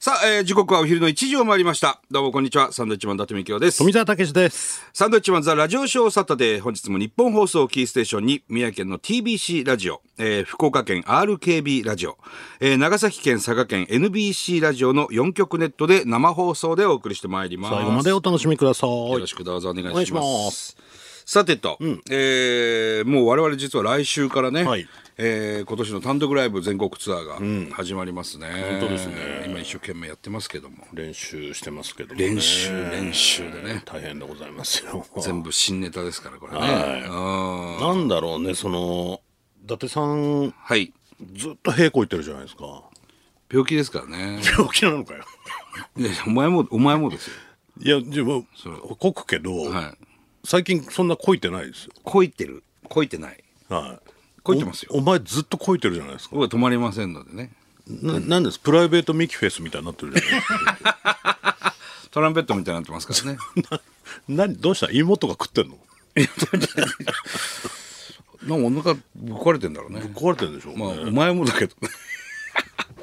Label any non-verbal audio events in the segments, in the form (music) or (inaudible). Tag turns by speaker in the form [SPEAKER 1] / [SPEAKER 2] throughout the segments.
[SPEAKER 1] さあ、えー時刻はお昼の1時を回りました。どうもこんにちは。サンドウィッチマン伊達美京です。
[SPEAKER 2] 富澤たけしです。
[SPEAKER 1] サンドウィッチマンザラジオショーサタデー。本日も日本放送をキーステーションに、宮城県の TBC ラジオ、えー福岡県 RKB ラジオ、えー長崎県佐賀県 NBC ラジオの4局ネットで生放送でお送りしてまいります。
[SPEAKER 2] 最後までお楽しみください。
[SPEAKER 1] よろしくどうぞお願いし
[SPEAKER 2] お願
[SPEAKER 1] ま
[SPEAKER 2] い
[SPEAKER 1] す。
[SPEAKER 2] します
[SPEAKER 1] さてと、えーもう我々実は来週からね、
[SPEAKER 2] はい
[SPEAKER 1] えー今年の単独ライブ全国ツアーが始まりますね。本当ですね。今一生懸命やってますけども。
[SPEAKER 2] 練習してますけども、
[SPEAKER 1] 練習、練習でね。
[SPEAKER 2] 大変でございますよ。
[SPEAKER 1] 全部新ネタですから、これね。うん
[SPEAKER 2] なんだろうね、その、伊達さん、
[SPEAKER 1] はい。
[SPEAKER 2] ずっと平行行ってるじゃないですか。
[SPEAKER 1] 病気ですからね。
[SPEAKER 2] 病気なのかよ。
[SPEAKER 1] いやお前も、お前もですよ。 (laughs)
[SPEAKER 2] いや、自分、こくけど、
[SPEAKER 1] はい。
[SPEAKER 2] 最近そんなこいてないですよ。
[SPEAKER 1] こいてる。こいてない。
[SPEAKER 2] はい。
[SPEAKER 1] こいてますよ
[SPEAKER 2] おお前ずっとこいてるじゃないですか。
[SPEAKER 1] 僕は止まりませんのでね。
[SPEAKER 2] ななんですプライベートミキフェスみたいになってるじゃないですか。
[SPEAKER 1] トランペットみたいになってます (laughs) からね。
[SPEAKER 2] (laughs) 何どうした妹が食ってんの
[SPEAKER 1] なんかお腹ぶっ壊れてんだろうね。
[SPEAKER 2] 壊れてるんでしょ、
[SPEAKER 1] まあ、お前もだけどね。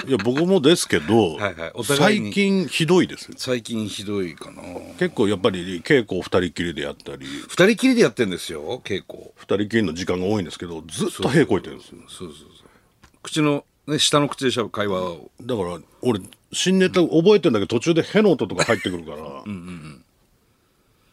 [SPEAKER 2] いや僕もですけど
[SPEAKER 1] はいはいお互いに
[SPEAKER 2] 最近ひどいですよ
[SPEAKER 1] (laughs) 最近ひどいかな
[SPEAKER 2] 結構やっぱり稽古を二人きりでやったり
[SPEAKER 1] 二人きりでやってんですよ稽古
[SPEAKER 2] 二人きりの時間が多いんですけどずっと平行いてるんですよ
[SPEAKER 1] 口の、ね、下の口でしゃぶ会話を
[SPEAKER 2] だから俺新ネタ覚えてんだけど途中でへの音とか入ってくるからうん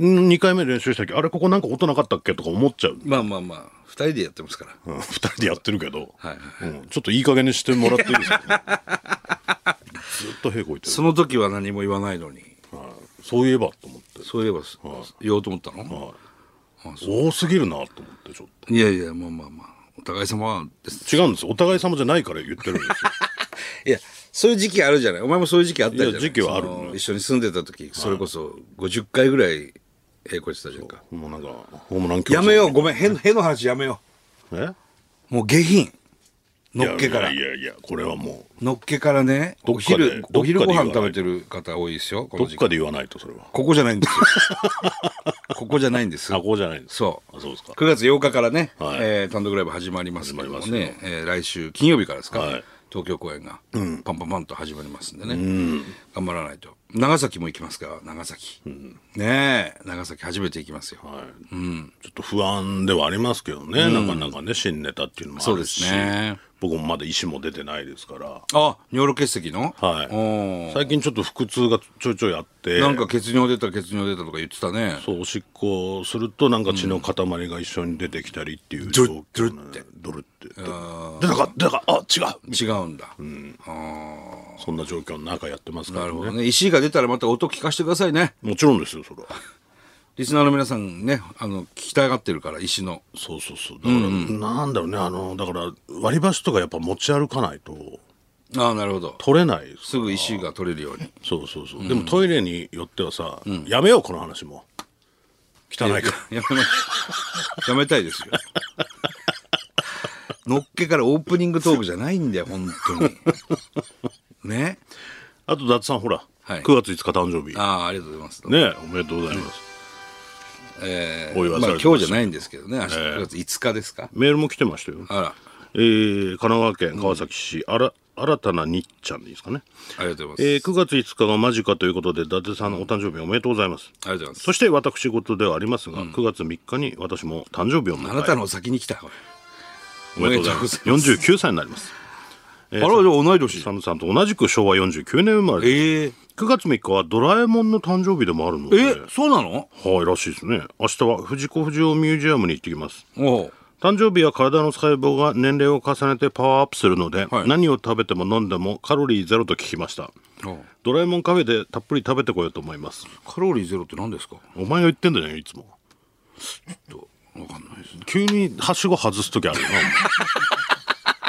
[SPEAKER 2] 2回目練習した時あれここなんか音なかったっけとか思っちゃう、 (laughs)
[SPEAKER 1] まあまあまあ二人でやってますから
[SPEAKER 2] うん、2人でやってるけど、
[SPEAKER 1] はい
[SPEAKER 2] うん、ちょっといい加減にしてもらっていいですか、ずっと平行いてる
[SPEAKER 1] その時は何も言わないのに
[SPEAKER 2] はいそういえばと思って
[SPEAKER 1] そういえば、言おうと思ったの
[SPEAKER 2] 多すぎるなと思ってちょっと
[SPEAKER 1] いやいやまあまあまあお互い様です
[SPEAKER 2] 違うんですお互い様じゃないから言ってるんですよ
[SPEAKER 1] (laughs) いやそういう時期あるじゃないお前もそういう時期あったじゃない
[SPEAKER 2] いや時期はあるね
[SPEAKER 1] その一緒に住んでた時それこそ50回ぐらい平行してたじゃんか
[SPEAKER 2] もうなんか、ホームラン競争
[SPEAKER 1] やめようごめんへのへの話やめよ
[SPEAKER 2] え
[SPEAKER 1] うもう下品のっけから
[SPEAKER 2] いやいやいや、これはも
[SPEAKER 1] のっけからね
[SPEAKER 2] どっ
[SPEAKER 1] お
[SPEAKER 2] かで
[SPEAKER 1] 昼お昼ご飯食べてる方多いですよこ
[SPEAKER 2] う、
[SPEAKER 1] の
[SPEAKER 2] どっ
[SPEAKER 1] 時期
[SPEAKER 2] かで言わないと、それは。
[SPEAKER 1] ここじゃないんですよここじゃないんです
[SPEAKER 2] あ、ここじゃないです。
[SPEAKER 1] そう
[SPEAKER 2] あ、そうですか。
[SPEAKER 1] 9月8日からね、
[SPEAKER 2] はい
[SPEAKER 1] えー単独ライブ始まりますけども
[SPEAKER 2] 始まり
[SPEAKER 1] ね、えー来週金曜日からですか、
[SPEAKER 2] はい
[SPEAKER 1] 東京公演がパンパンパンと始まりますんでね、頑張らないと長崎も行きますから長崎、ねえ長崎初めて行きますよ、
[SPEAKER 2] はい。ちょっと不安ではありますけどね、なかなかね、新ネタっていうのもあ
[SPEAKER 1] そう
[SPEAKER 2] る
[SPEAKER 1] で
[SPEAKER 2] し、
[SPEAKER 1] すね
[SPEAKER 2] 僕もまだ石も出てないですから、
[SPEAKER 1] あ尿路結石の、
[SPEAKER 2] はい
[SPEAKER 1] おー
[SPEAKER 2] 最近ちょっと腹痛がちょいちょいあって、
[SPEAKER 1] なんか血尿出た血尿出たとか言ってたね
[SPEAKER 2] そう、おしっこすると、なんか血の塊が一緒に出てきたりっていう状況、ね、
[SPEAKER 1] ドルッドルって
[SPEAKER 2] ドルって。出たか、出たか、あ、違
[SPEAKER 1] 違
[SPEAKER 2] う
[SPEAKER 1] うんだ、
[SPEAKER 2] そんな状況の中やってますか
[SPEAKER 1] な
[SPEAKER 2] ら
[SPEAKER 1] るほ
[SPEAKER 2] ね。
[SPEAKER 1] どね石が出たらまた音聞かせてくださいね
[SPEAKER 2] もちろんですよ、それは。
[SPEAKER 1] リスナーの皆さんねあの聞きたがってるから石の
[SPEAKER 2] そうそうそうだから、なんだろうねあのだから割り箸とかやっぱ持ち歩かないと
[SPEAKER 1] ああなるほど
[SPEAKER 2] 取れないです
[SPEAKER 1] すぐ石が取れるように
[SPEAKER 2] そうそうそう、でもトイレによってはさ、やめようこの話も汚いから
[SPEAKER 1] やめます。やめたい (laughs) ですよ。のっけからオープニングトークじゃないんだよ、本当に。ね。
[SPEAKER 2] あと伊達さんほら、
[SPEAKER 1] はい
[SPEAKER 2] 9月5日誕生日
[SPEAKER 1] ああ、ありがとうございます。
[SPEAKER 2] ねおめでとうございます、
[SPEAKER 1] え
[SPEAKER 2] お祝いさ
[SPEAKER 1] まあ
[SPEAKER 2] れてま
[SPEAKER 1] 今
[SPEAKER 2] す
[SPEAKER 1] 日じゃないんですけどね、明日9月5日ですか。
[SPEAKER 2] メールも来てましたよ
[SPEAKER 1] あら、
[SPEAKER 2] えー、神奈川県川崎市、あら新たなにっちゃんでいいですかね、
[SPEAKER 1] ありがとうございます。
[SPEAKER 2] えー、9月5日が間近ということで伊達さんお誕生日おめでとうございま
[SPEAKER 1] あ
[SPEAKER 2] す
[SPEAKER 1] りがとうございます。
[SPEAKER 2] そして私事ではありますが、9月3日に私も誕生日を迎え
[SPEAKER 1] あなたの先に来た。こ
[SPEAKER 2] おめでとうございます。
[SPEAKER 1] おめでとうござい
[SPEAKER 2] 49歳になります。
[SPEAKER 1] れあら、じゃあ同い年。
[SPEAKER 2] サンドさんと同じく昭和49年生まれです。
[SPEAKER 1] ええ。
[SPEAKER 2] 9月3日はドラえもんの誕生日でもあるので、
[SPEAKER 1] え、そうなの
[SPEAKER 2] はい、らしいですね。明日は藤子不二雄ミュージアムに行ってきます。
[SPEAKER 1] おう
[SPEAKER 2] 誕生日は体の細胞が年齢を重ねてパワーアップするので、
[SPEAKER 1] はい
[SPEAKER 2] 何を食べても飲んでもカロリーゼロと聞きました。
[SPEAKER 1] おう
[SPEAKER 2] ドラえもんカフェでたっぷり食べてこようと思います。
[SPEAKER 1] カロリーゼロって何ですか
[SPEAKER 2] お前が言ってんだよ、いつも。
[SPEAKER 1] とわかんないですね。
[SPEAKER 2] 急にはしご外すときあるよな。
[SPEAKER 1] (laughs)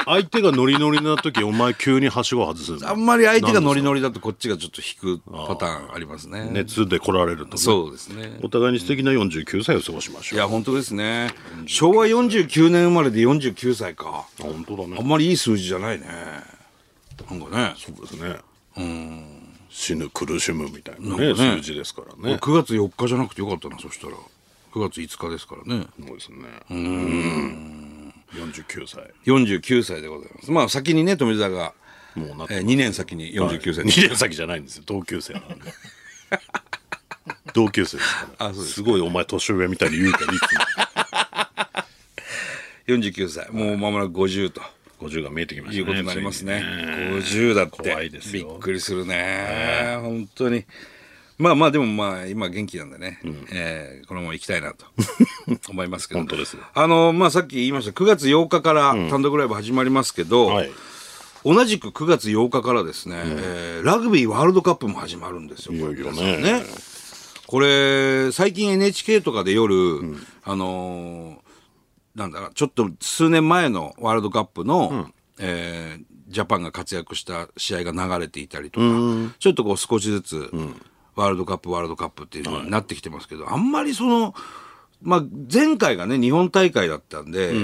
[SPEAKER 2] お前相手がノリノリなとき、お前急にはしご外すんだよ
[SPEAKER 1] あんまり相手がノリノリだとこっちがちょっと引くパターンありますね。
[SPEAKER 2] 熱で来られるとね
[SPEAKER 1] そうですね。
[SPEAKER 2] お互いに素敵な49歳を過ごしまし
[SPEAKER 1] い
[SPEAKER 2] ょう
[SPEAKER 1] や、本当ですね。昭和49年生まれで49歳か。
[SPEAKER 2] あ本当だ
[SPEAKER 1] あん
[SPEAKER 2] ね
[SPEAKER 1] まりいい数字じゃないね。なんかね、
[SPEAKER 2] そうですね死ぬ苦しむみたいなね
[SPEAKER 1] なんかね
[SPEAKER 2] 数字ですからね
[SPEAKER 1] 9月4日じゃなくてよかったな、そしたら。9月5日ですからね。
[SPEAKER 2] そうですねうん49歳
[SPEAKER 1] 49歳でございます。まあ、先にね、富澤が
[SPEAKER 2] もうなって
[SPEAKER 1] えー、2年先に49歳に、
[SPEAKER 2] 2年先じゃないんですよ同級生なん
[SPEAKER 1] (laughs)
[SPEAKER 2] で同級生ですから
[SPEAKER 1] あそうです
[SPEAKER 2] ごいお前年上みたいに言うからいつ
[SPEAKER 1] 49歳もう間もなく50と
[SPEAKER 2] も50が見えてきましたね
[SPEAKER 1] いうことになりますね50だって
[SPEAKER 2] 怖いですよ
[SPEAKER 1] びっくりするね本当にまあまあでもまあ今元気なんでね、えーこのまま行きたい
[SPEAKER 2] (laughs)
[SPEAKER 1] なと思いますけど
[SPEAKER 2] 本当ですよ
[SPEAKER 1] あのまあさっき言いました9月8日から単独ライブ始まりますけど、
[SPEAKER 2] ついにはい
[SPEAKER 1] 同じく9月8日からですね、えーラグビーワールドカップも始まるんですよ。
[SPEAKER 2] いよいよね
[SPEAKER 1] これ皆さんこれ、最近 NHK とかで夜、あのーなんだろう、ちょっと数年前のワールドカップの、えージャパンが活躍した試合が流れていたりとか、ちょっとこう少しずつ、ワールドカップ、ワールドカップっていうのになってきてますけど、あんまりその、まあ、前回がね、日本大会だったんで、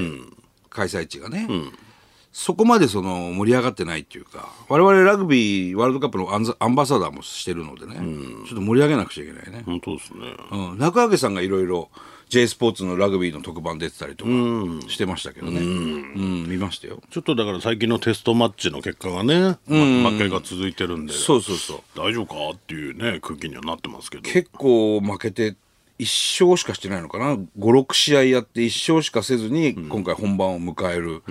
[SPEAKER 1] 開催地がね、そこまでその盛り上がってないっていうか、我々ラグビーワールドカップのアンザアンバサダーもしてるのでね、ちょっと盛り上げなくちゃいけないね。
[SPEAKER 2] 本当ですね
[SPEAKER 1] うん、中揚さんがいろいろ J スポーツのラグビーの特番出てたりとかしてましたけどね、うん見ましたよ
[SPEAKER 2] ちょっとだから最近のテストマッチの結果がね、ま負けが続いてるんで
[SPEAKER 1] そうそうそう
[SPEAKER 2] 大丈夫かっていうね空気にはなってますけど
[SPEAKER 1] 結構負けて1勝しかしてないのかな56試合やって1勝しかせずに今回本番を迎える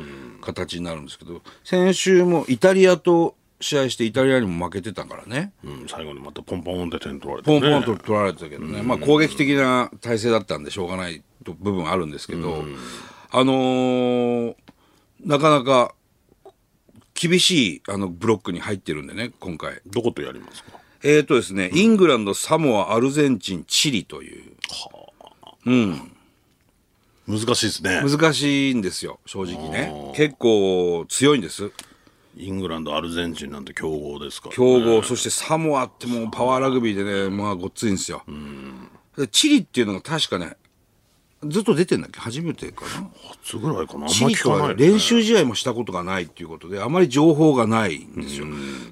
[SPEAKER 1] 形になるんですけど先週もイタリアと試合してイタリアにも負けてたからね
[SPEAKER 2] うん、最後にまたポンポンって点取られて、
[SPEAKER 1] ポ
[SPEAKER 2] ね、
[SPEAKER 1] ンポンと取られてたけどね、まあ、攻撃的な体勢だったんでしょうがないと部分あるんですけど、あのーなかなか厳しいあのブロックに入ってるんでね、今回。
[SPEAKER 2] どことやりますか
[SPEAKER 1] えーとですね、イングランド、サモア、アルゼンチン、チリという、
[SPEAKER 2] 難しいですね
[SPEAKER 1] 難しいんですよ、正直ね。結構強いんです、
[SPEAKER 2] イングランドアルゼンチンなんて強豪ですから、
[SPEAKER 1] 強豪、そしてサモアってもうパワーラグビーでね、まあ、ごっついんですよ。でチリっていうのが確かね、ずっと出てんだっけ初めてかな
[SPEAKER 2] 初ぐらいかなあん
[SPEAKER 1] チ
[SPEAKER 2] ま
[SPEAKER 1] リ
[SPEAKER 2] 聞
[SPEAKER 1] と
[SPEAKER 2] かな
[SPEAKER 1] はい
[SPEAKER 2] ですね
[SPEAKER 1] 練習試合もしたことがないっていうことで、あまり情報がないんですよ。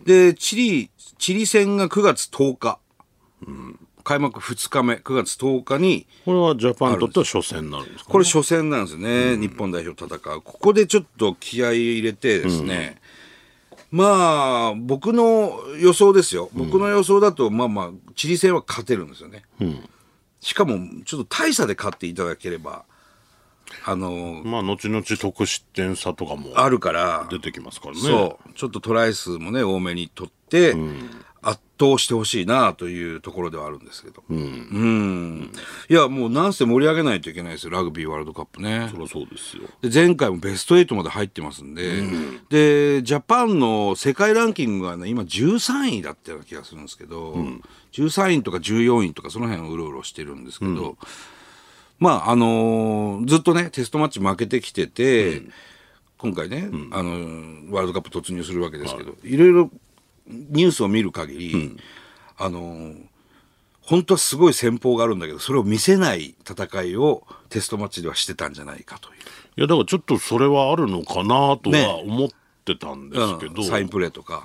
[SPEAKER 1] で、チリ、チリ戦が9月10日、開幕2日目、9月10日に、
[SPEAKER 2] これはジャパンにとっては初戦になるんですか、
[SPEAKER 1] これ初戦なんですね、日本代表戦う。ここでちょっと気合い入れてですね、まあ、僕の予想ですよ。僕の予想だと、まあまあ、チリ戦は勝てるんですよね。しかも、ちょっと大差で勝っていただければ、あの、
[SPEAKER 2] まあ後々得失点差とかも
[SPEAKER 1] あるから、
[SPEAKER 2] 出てきますからね
[SPEAKER 1] そうちょっとトライ数もね多めに取って、圧倒してほしいなというところではあるんですけど、うんいやもうなんせ盛り上げないといけないですよラグビーワールドカップね
[SPEAKER 2] そりゃそうですよ
[SPEAKER 1] で前回もベスト8まで入ってますんで、でジャパンの世界ランキングが、ね、今13位だったような気がするんですけど、13位とか14位とかその辺をうろうろしてるんですけど、まああのーずっとねテストマッチ負けてきてて、今回ね、あのーワールドカップ突入するわけですけど、い、ろいろニュースを見る限り、あのー本当はすごい戦法があるんだけどそれを見せない戦いをテストマッチではしてたんじゃないかという。
[SPEAKER 2] いやだからちょっとそれはあるのかなと
[SPEAKER 1] ね
[SPEAKER 2] は思ってたんですけど、
[SPEAKER 1] うんサインプレーとか、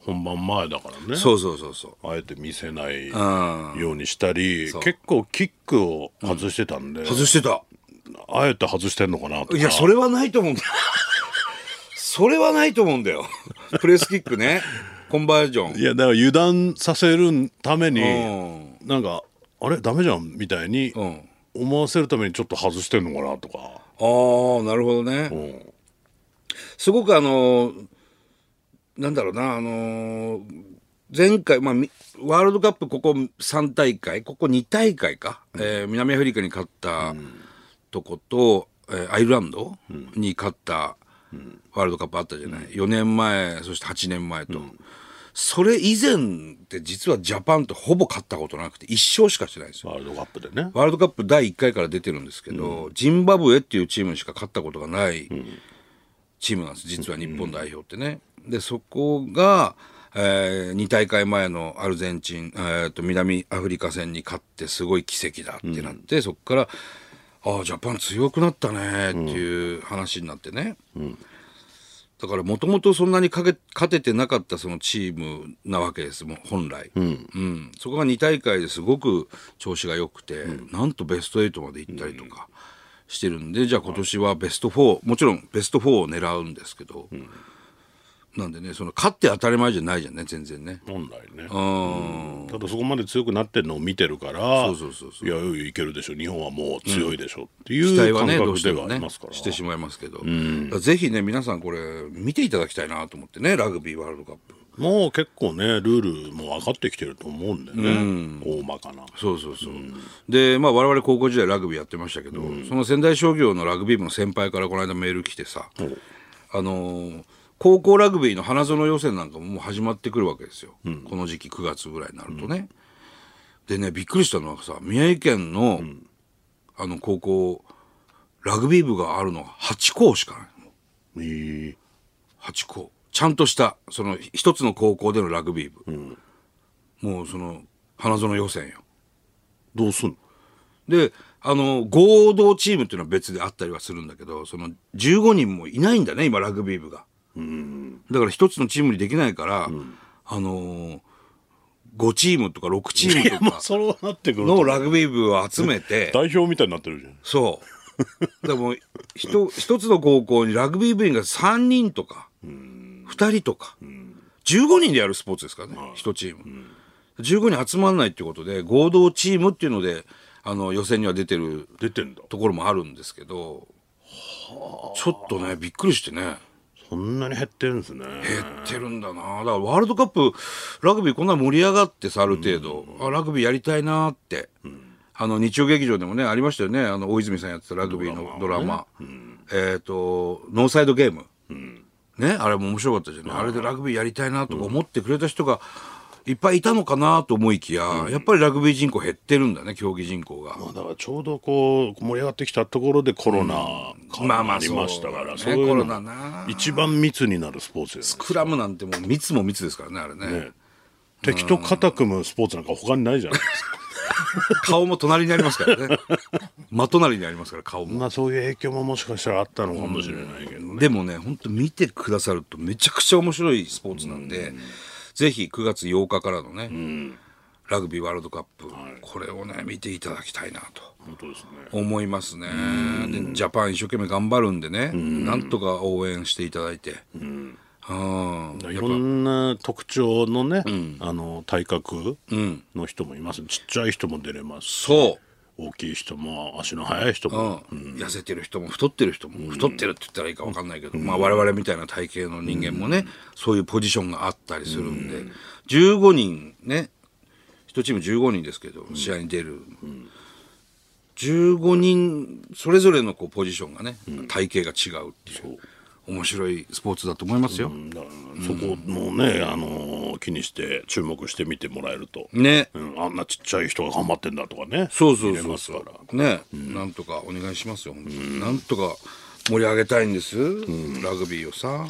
[SPEAKER 2] 本番前だからね
[SPEAKER 1] そうそうそうそう
[SPEAKER 2] あえて見せない
[SPEAKER 1] ん
[SPEAKER 2] ようにしたり結構キックを外してたんで、
[SPEAKER 1] 外してた
[SPEAKER 2] あえて外してんのかなとか
[SPEAKER 1] いやそれはないと思うんだそれはないと思うん (laughs) だよプレスキックねコンバージョン
[SPEAKER 2] いやだから油断させるために、
[SPEAKER 1] うん
[SPEAKER 2] なんかあれダメじゃんみたいに
[SPEAKER 1] うん
[SPEAKER 2] 思わせるためにちょっと外してんのかなとか、
[SPEAKER 1] ああなるほどね、
[SPEAKER 2] うん
[SPEAKER 1] すごくあのーなんだろうなあのー前回、まあ、みワールドカップここ3大会ここ2大会か、えー南アフリカに勝ったとこと、えーアイルランドに勝ったワールドカップあったじゃない、4年前そして8年前と、それ以前って実はジャパンとほぼ勝ったことなくて1勝しかしてないんですよ
[SPEAKER 2] ワールドカップでね
[SPEAKER 1] ワールドカップ第1回から出てるんですけど、ジンバブエっていうチームしか勝ったことがないチームなんです、実は日本代表ってね。で、そこが、え2大会前のアルゼンチン、えーと南アフリカ戦に勝ってすごい奇跡だってなって、そこから、ああ、ジャパン強くなったねっていう話になってね。だからもともとそんなにかけ勝ててなかったそのチームなわけですもん本来、うんそこが2大会ですごく調子が良くて、なんとベスト8まで行ったりとかしてるんで、じゃあ今年はベスト4もちろんベスト4を狙うんですけど、なんでねその勝って当たり前じゃないじゃんね全然ね
[SPEAKER 2] 本来ね
[SPEAKER 1] うん
[SPEAKER 2] ただそこまで強くなってるのを見てるから
[SPEAKER 1] そうそうそうそう
[SPEAKER 2] やいやいけるでしょ日本はもう強いでしょってい
[SPEAKER 1] 期待
[SPEAKER 2] う
[SPEAKER 1] は
[SPEAKER 2] 感
[SPEAKER 1] ねどう
[SPEAKER 2] 覚
[SPEAKER 1] して
[SPEAKER 2] で
[SPEAKER 1] も
[SPEAKER 2] はあり
[SPEAKER 1] ね
[SPEAKER 2] ますから、
[SPEAKER 1] してしまいますけど、だからぜひね皆さんこれ見ていただきたいなと思ってねラグビーワールドカップ
[SPEAKER 2] もう結構ねルールも分かってきてると思うんでね、大まかな
[SPEAKER 1] そうそうそう、でまあ我々高校時代ラグビーやってましたけど、その仙台商業のラグビー部の先輩からこの間メール来てさ、あのー高校ラグビーの花園予選なんかももう始まってくるわけですよ、この時期9月ぐらいになるとね、でねびっくりしたのはさ宮城県の、あの高校ラグビー部があるのは8校しかない
[SPEAKER 2] えー
[SPEAKER 1] 8校ちゃんとしたその一つの高校でのラグビー部、もうその花園予選よ
[SPEAKER 2] どうすんの
[SPEAKER 1] であの合同チームっていうのは別であったりはするんだけどその15人もいないんだね今ラグビー部がだから一つのチームにできないから、あのー、5チームとか6チームと
[SPEAKER 2] まあ
[SPEAKER 1] か
[SPEAKER 2] そうなってくる
[SPEAKER 1] の
[SPEAKER 2] と
[SPEAKER 1] ラグビー部を集め
[SPEAKER 2] (laughs)
[SPEAKER 1] て
[SPEAKER 2] 代表みたいになってるじゃん
[SPEAKER 1] そう。でも、ひと一つの高校にラグビー部員が3人とか、2人とか、15人でやるスポーツですからね、1チーム。15人集まんないってことで、合同チームっていうので、あの、予選には出てる
[SPEAKER 2] 出てんだ
[SPEAKER 1] ところもあるんですけど、ちょっとね、びっくりしてね、
[SPEAKER 2] そんなに減ってるんですね
[SPEAKER 1] 減ってるんだな。だからワールドカップ、ラグビーこんな盛り上がってさ、ある程度、あラグビーやりたいなって。あの日曜劇場でもねありましたよねあの大泉さんやってたラグビーのドラマえっ、と「ノーサイドゲーム」ねあれも面白かったじゃない、あれでラグビーやりたいなとか思ってくれた人がいっぱいいたのかなと思いきや、やっぱりラグビー人口減ってるんだね競技人口が、
[SPEAKER 2] まあだからちょうどこう盛り上がってきたところでコロナ
[SPEAKER 1] ま
[SPEAKER 2] が
[SPEAKER 1] あまあ
[SPEAKER 2] ありましたから、
[SPEAKER 1] そ
[SPEAKER 2] そうう
[SPEAKER 1] ね
[SPEAKER 2] いうの
[SPEAKER 1] コロナな
[SPEAKER 2] 一番密になるスポーツです、
[SPEAKER 1] クラムなんてもう密も密ですからねあれね
[SPEAKER 2] ね、敵と肩組むスポーツなんか他にないじゃないですか
[SPEAKER 1] 顔も隣にありますからね (laughs) 真隣にありますから顔も
[SPEAKER 2] まあそういう影響ももしかしたらあったのかもしれないけどね、
[SPEAKER 1] でもね、本当見てくださるとめちゃくちゃ面白いスポーツなんで、ぜひ9月8日からのね、ラグビーワールドカップ、これをね、見ていただきたいなと
[SPEAKER 2] 本当ですね
[SPEAKER 1] 思いますね。でジャパン一生懸命頑張るんでね、なんとか応援していただいて。うん
[SPEAKER 2] いろんな特徴のね、あの体格の人もいます、ちっちゃい人も出れます
[SPEAKER 1] そ
[SPEAKER 2] 大きい人も足の速い人
[SPEAKER 1] う、う
[SPEAKER 2] も、
[SPEAKER 1] ん、痩せてる人も太ってる人も、太ってるって言ったらいいか分かんないけど、まあ我々みたいな体型の人間もね、そういうポジションがあったりするんで、15人ね1チーム15人ですけど、試合に出る、15人それぞれのこうポジションがね、体型が違うっていう面白いスポーツだと思いますよ、
[SPEAKER 2] うんだからそこもね、あの気にして注目してみてもらえると、
[SPEAKER 1] ね
[SPEAKER 2] うん、あんなちっちゃい人が頑張ってんだとかね
[SPEAKER 1] そうそう
[SPEAKER 2] 見れ
[SPEAKER 1] そう
[SPEAKER 2] ます
[SPEAKER 1] そ
[SPEAKER 2] から
[SPEAKER 1] うね、なんとかお願いしますよ、本当になんとか盛り上げたいんです、ラグビーをさ、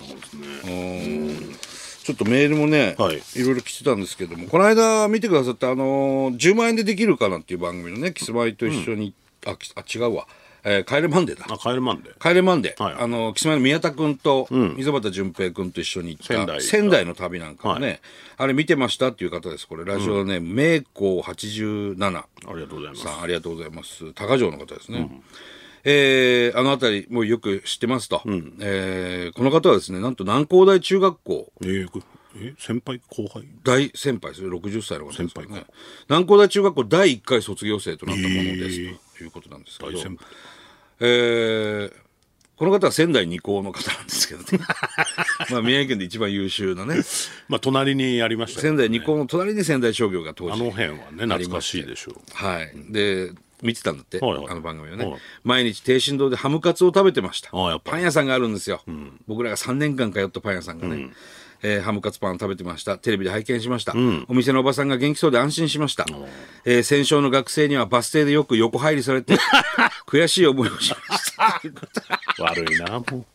[SPEAKER 1] うんちょっとメールもね、
[SPEAKER 2] はい
[SPEAKER 1] い、ろいろ来てたんですけどもこの間見てくださった、あのー10万円でできるかな」っていう番組のねキスマイと一緒に、あきあ違うわ「えー、帰れマンデー」だ
[SPEAKER 2] あ帰るまんで
[SPEAKER 1] 「帰れマンデー」
[SPEAKER 2] はい
[SPEAKER 1] あのキスマイの宮田君と溝端淳平君と一緒に行った
[SPEAKER 2] 仙台
[SPEAKER 1] 仙台の旅なんかもね、あれ見てましたっていう方ですこれラジオネーム、名工87。
[SPEAKER 2] ありがとうございます
[SPEAKER 1] さんありがとうございます高城の方ですね、えーあの辺りもうよく知ってますと、えーこの方はですねなんと南工大中学校
[SPEAKER 2] えーくえ先輩後輩
[SPEAKER 1] 大先輩ですよ60歳の方ですから
[SPEAKER 2] 先輩
[SPEAKER 1] ね南工大中学校第1回卒業生となったものです、
[SPEAKER 2] えー
[SPEAKER 1] ということなんですけど
[SPEAKER 2] 大先輩
[SPEAKER 1] えーこの方は仙台二高の方なんですけど
[SPEAKER 2] (laughs)
[SPEAKER 1] ねまあ宮城県で一番優秀なね
[SPEAKER 2] まあ隣にやりましたけど
[SPEAKER 1] 仙台二高の隣に仙台商業が当時
[SPEAKER 2] あの辺はね懐かしいでしょう
[SPEAKER 1] はい、で見てたんだって、
[SPEAKER 2] はいはい
[SPEAKER 1] あの番組をね、
[SPEAKER 2] はい
[SPEAKER 1] 毎日低振動でハムカツを食べてました
[SPEAKER 2] ああやっぱ
[SPEAKER 1] パン屋さんがあるんですよ、僕らが3年間通ったパン屋さんがね、えーハムカツパンを食べてましたテレビで拝見しました、お店のおばさんが元気そうで安心しました、えー戦勝の学生にはバス停でよく横入りさ
[SPEAKER 2] (laughs)
[SPEAKER 1] れて悔しい思いをしました
[SPEAKER 2] 悪いなも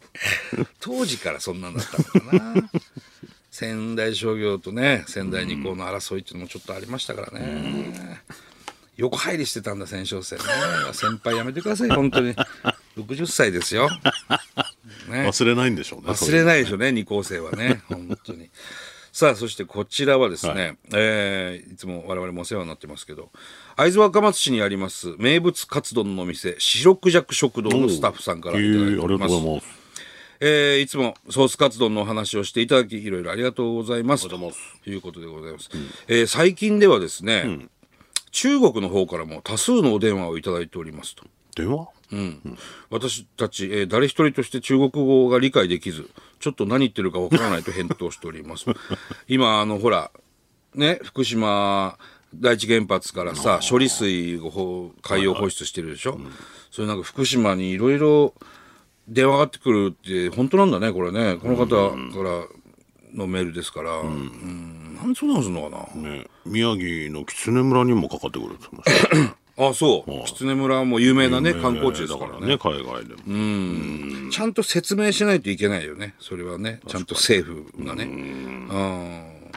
[SPEAKER 2] う
[SPEAKER 1] 当時からそんなんだったのかな (laughs) 仙台商業とね仙台二高の争いっていうのもちょっとありましたからね、横入りしてたんだ戦勝戦ね先輩やめてください本当に60歳ですよ、ね、
[SPEAKER 2] 忘れないんでしょうね
[SPEAKER 1] 忘
[SPEAKER 2] れ
[SPEAKER 1] れないでしょうね二高生はね本当にさあそしてこちらはですね、いえーいつも我々もお世話になってますけど会津若松市にあります名物カツ丼のお店白クジャク食堂のスタッフさんからいただいております
[SPEAKER 2] ありがとうございます
[SPEAKER 1] えーいつもソースカツ丼のお話をしていただき、いろいろありがとうございます。
[SPEAKER 2] ありがとうござい
[SPEAKER 1] ということでございます。えー最近ではですね、中国の方からも多数のお電話をいただいておりますと。
[SPEAKER 2] 電話
[SPEAKER 1] 私たち、えー誰一人として中国語が理解できずちょっと何言ってるかわからないと返答しております (laughs) 今あのほらね福島第一原発からさ処理水をほう海洋放出してるでしょ、それなんか福島にいろいろ電話がかってくるって本当なんだねこれねこの方からのメールですから、うんなんでそんなのすんのかな、
[SPEAKER 2] ね宮城の狐村にもかかってくるって言ってました
[SPEAKER 1] あそう狐村はもう有名なね観光地ですからね
[SPEAKER 2] ね海外でも、
[SPEAKER 1] ちゃんと説明しないといけないよね。それはね。ちゃんと政府がね。うん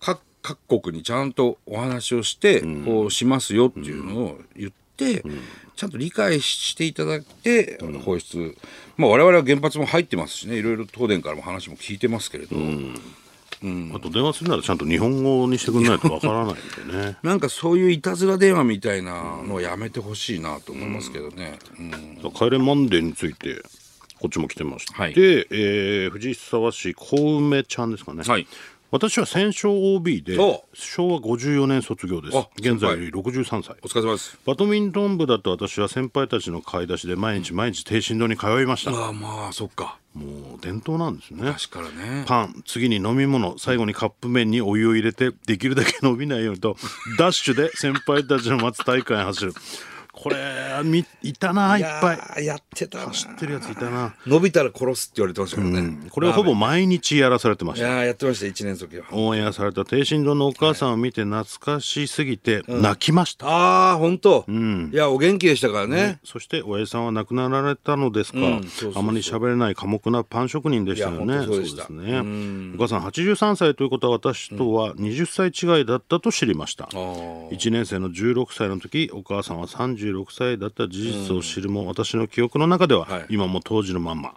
[SPEAKER 1] 各各国にちゃんとお話をして、こうしますよっていうのを言って、ちゃんと理解していただいて、放出。まあ我々は原発も入ってますしね、いろいろ東電からも話も聞いてますけれど、
[SPEAKER 2] あと電話するならちゃんと日本語にしてくれないとわからないんでね
[SPEAKER 1] なんか (laughs) そういういたずら電話みたいなのをやめてほしいなと思いますけどね。うん
[SPEAKER 2] 帰れマンデーについてこっちも来てまして、
[SPEAKER 1] はい
[SPEAKER 2] で、えー藤沢市小梅ちゃんですかね、
[SPEAKER 1] はい
[SPEAKER 2] 私は戦勝 OB で
[SPEAKER 1] お
[SPEAKER 2] 昭和54年卒業です
[SPEAKER 1] あ
[SPEAKER 2] 現在より63歳
[SPEAKER 1] お疲れ様です。
[SPEAKER 2] バドミントン部だと私は先輩たちの買い出しで毎日毎日低振堂に通いました、
[SPEAKER 1] ああまあ、そっか。
[SPEAKER 2] もう伝統なんですね
[SPEAKER 1] 昔からね。
[SPEAKER 2] パン次に飲み物最後にカップ麺にお湯を入れてできるだけ伸びないようにとダッシュで先輩たちの待つ体育館へ走るこれみいたないっぱい
[SPEAKER 1] やーやってたな。
[SPEAKER 2] 知ってるやついたな
[SPEAKER 1] 伸びたら殺すって言われてましたからね、
[SPEAKER 2] これはほぼ毎日やらされてま
[SPEAKER 1] い
[SPEAKER 2] した
[SPEAKER 1] やーやってました1年の時は
[SPEAKER 2] オンエアされた低振堂のお母さんを見て懐かしすぎて泣きました、
[SPEAKER 1] ああ本当、いやお元気でしたからね
[SPEAKER 2] そして親父さんは亡くなられたのですか、
[SPEAKER 1] うんそうそうそう
[SPEAKER 2] あまり喋れない寡黙なパン職人でしたよ
[SPEAKER 1] いや
[SPEAKER 2] ね
[SPEAKER 1] 本当そうでした
[SPEAKER 2] すねお母さん83歳ということは私とは20歳違いだったと知りました、
[SPEAKER 1] ー
[SPEAKER 2] 1年生の16歳の時お母さんは36歳だった事実を知るも、私の記憶の中では、
[SPEAKER 1] はい
[SPEAKER 2] 今も当時のまんま、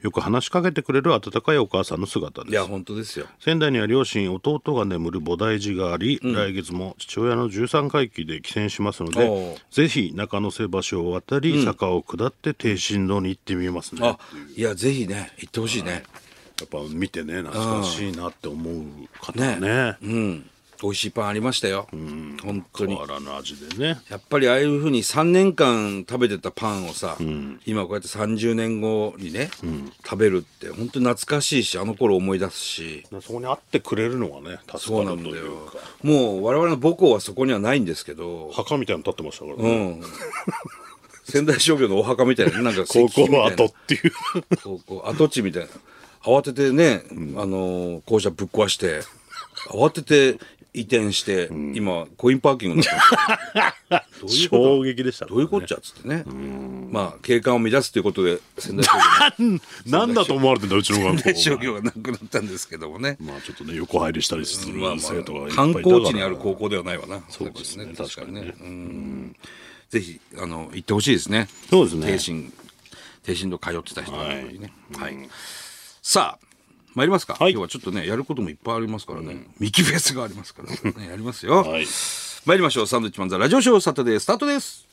[SPEAKER 2] よく話しかけてくれる温かいお母さんの姿
[SPEAKER 1] い
[SPEAKER 2] です
[SPEAKER 1] や本当ですよ
[SPEAKER 2] 仙台には両親弟が眠る菩提寺があり、来月も父親の13回忌で帰省しますの
[SPEAKER 1] お
[SPEAKER 2] で
[SPEAKER 1] う
[SPEAKER 2] ぜひ中野瀬橋を渡り、坂を下って低振堂に行ってみますねや
[SPEAKER 1] あいやぜひね行ってほしいね、
[SPEAKER 2] っぱ見てね懐かしいなって思う方ね
[SPEAKER 1] うん美味しいパンありましたよ、本当
[SPEAKER 2] 変
[SPEAKER 1] に
[SPEAKER 2] わらぬ味でね
[SPEAKER 1] やっぱりああいうふうに3年間食べてたパンをさ、今こうやって30年後にね、食べるって本当に懐かしいしあの頃思い出すし
[SPEAKER 2] そこに会ってくれるのがね助
[SPEAKER 1] そう
[SPEAKER 2] か
[SPEAKER 1] な
[SPEAKER 2] る
[SPEAKER 1] ん
[SPEAKER 2] と
[SPEAKER 1] だ
[SPEAKER 2] い
[SPEAKER 1] よ
[SPEAKER 2] うか
[SPEAKER 1] もう我々の母校はそこにはないんですけど
[SPEAKER 2] 墓みたいに立ってましたから
[SPEAKER 1] う
[SPEAKER 2] ね、
[SPEAKER 1] ん。仙台商業のお墓みたいな、なんか石
[SPEAKER 2] 高
[SPEAKER 1] 碑みた
[SPEAKER 2] 校
[SPEAKER 1] いな
[SPEAKER 2] の跡っ
[SPEAKER 1] (laughs)
[SPEAKER 2] ていう
[SPEAKER 1] 高校跡地みたいな。慌ててね、あのー校舎ぶっ壊して、慌てて移転して、今、コインパーキングになってます。
[SPEAKER 2] 衝撃でした
[SPEAKER 1] どういうこっちゃっつってね。まあ、景観を乱すということで、仙台商業
[SPEAKER 2] (laughs) なんだと思われてんだうちの
[SPEAKER 1] (laughs)
[SPEAKER 2] 学
[SPEAKER 1] 仙台
[SPEAKER 2] 校
[SPEAKER 1] 商業がなくなったんですけどもね。
[SPEAKER 2] まあちょっとね横入りしたりする
[SPEAKER 1] まあま
[SPEAKER 2] 生徒が
[SPEAKER 1] あ、
[SPEAKER 2] いっぱいいたから、
[SPEAKER 1] 観光地にある高校ではないわな。そう
[SPEAKER 2] ですね
[SPEAKER 1] 確かにね。うんぜひ、あの、行ってほしいですね。
[SPEAKER 2] そうですね
[SPEAKER 1] 低心、低心度通ってた人は特にね。はい。さあ、参りますか。
[SPEAKER 2] い
[SPEAKER 1] 今日はちょっとね、やることもいっぱいありますから
[SPEAKER 2] (laughs)
[SPEAKER 1] ね。ミキフェスがありますから、ね、やりますよ。
[SPEAKER 2] はい
[SPEAKER 1] 参りましょう。サンドウィッチマンザラジオショーサタデースタートです。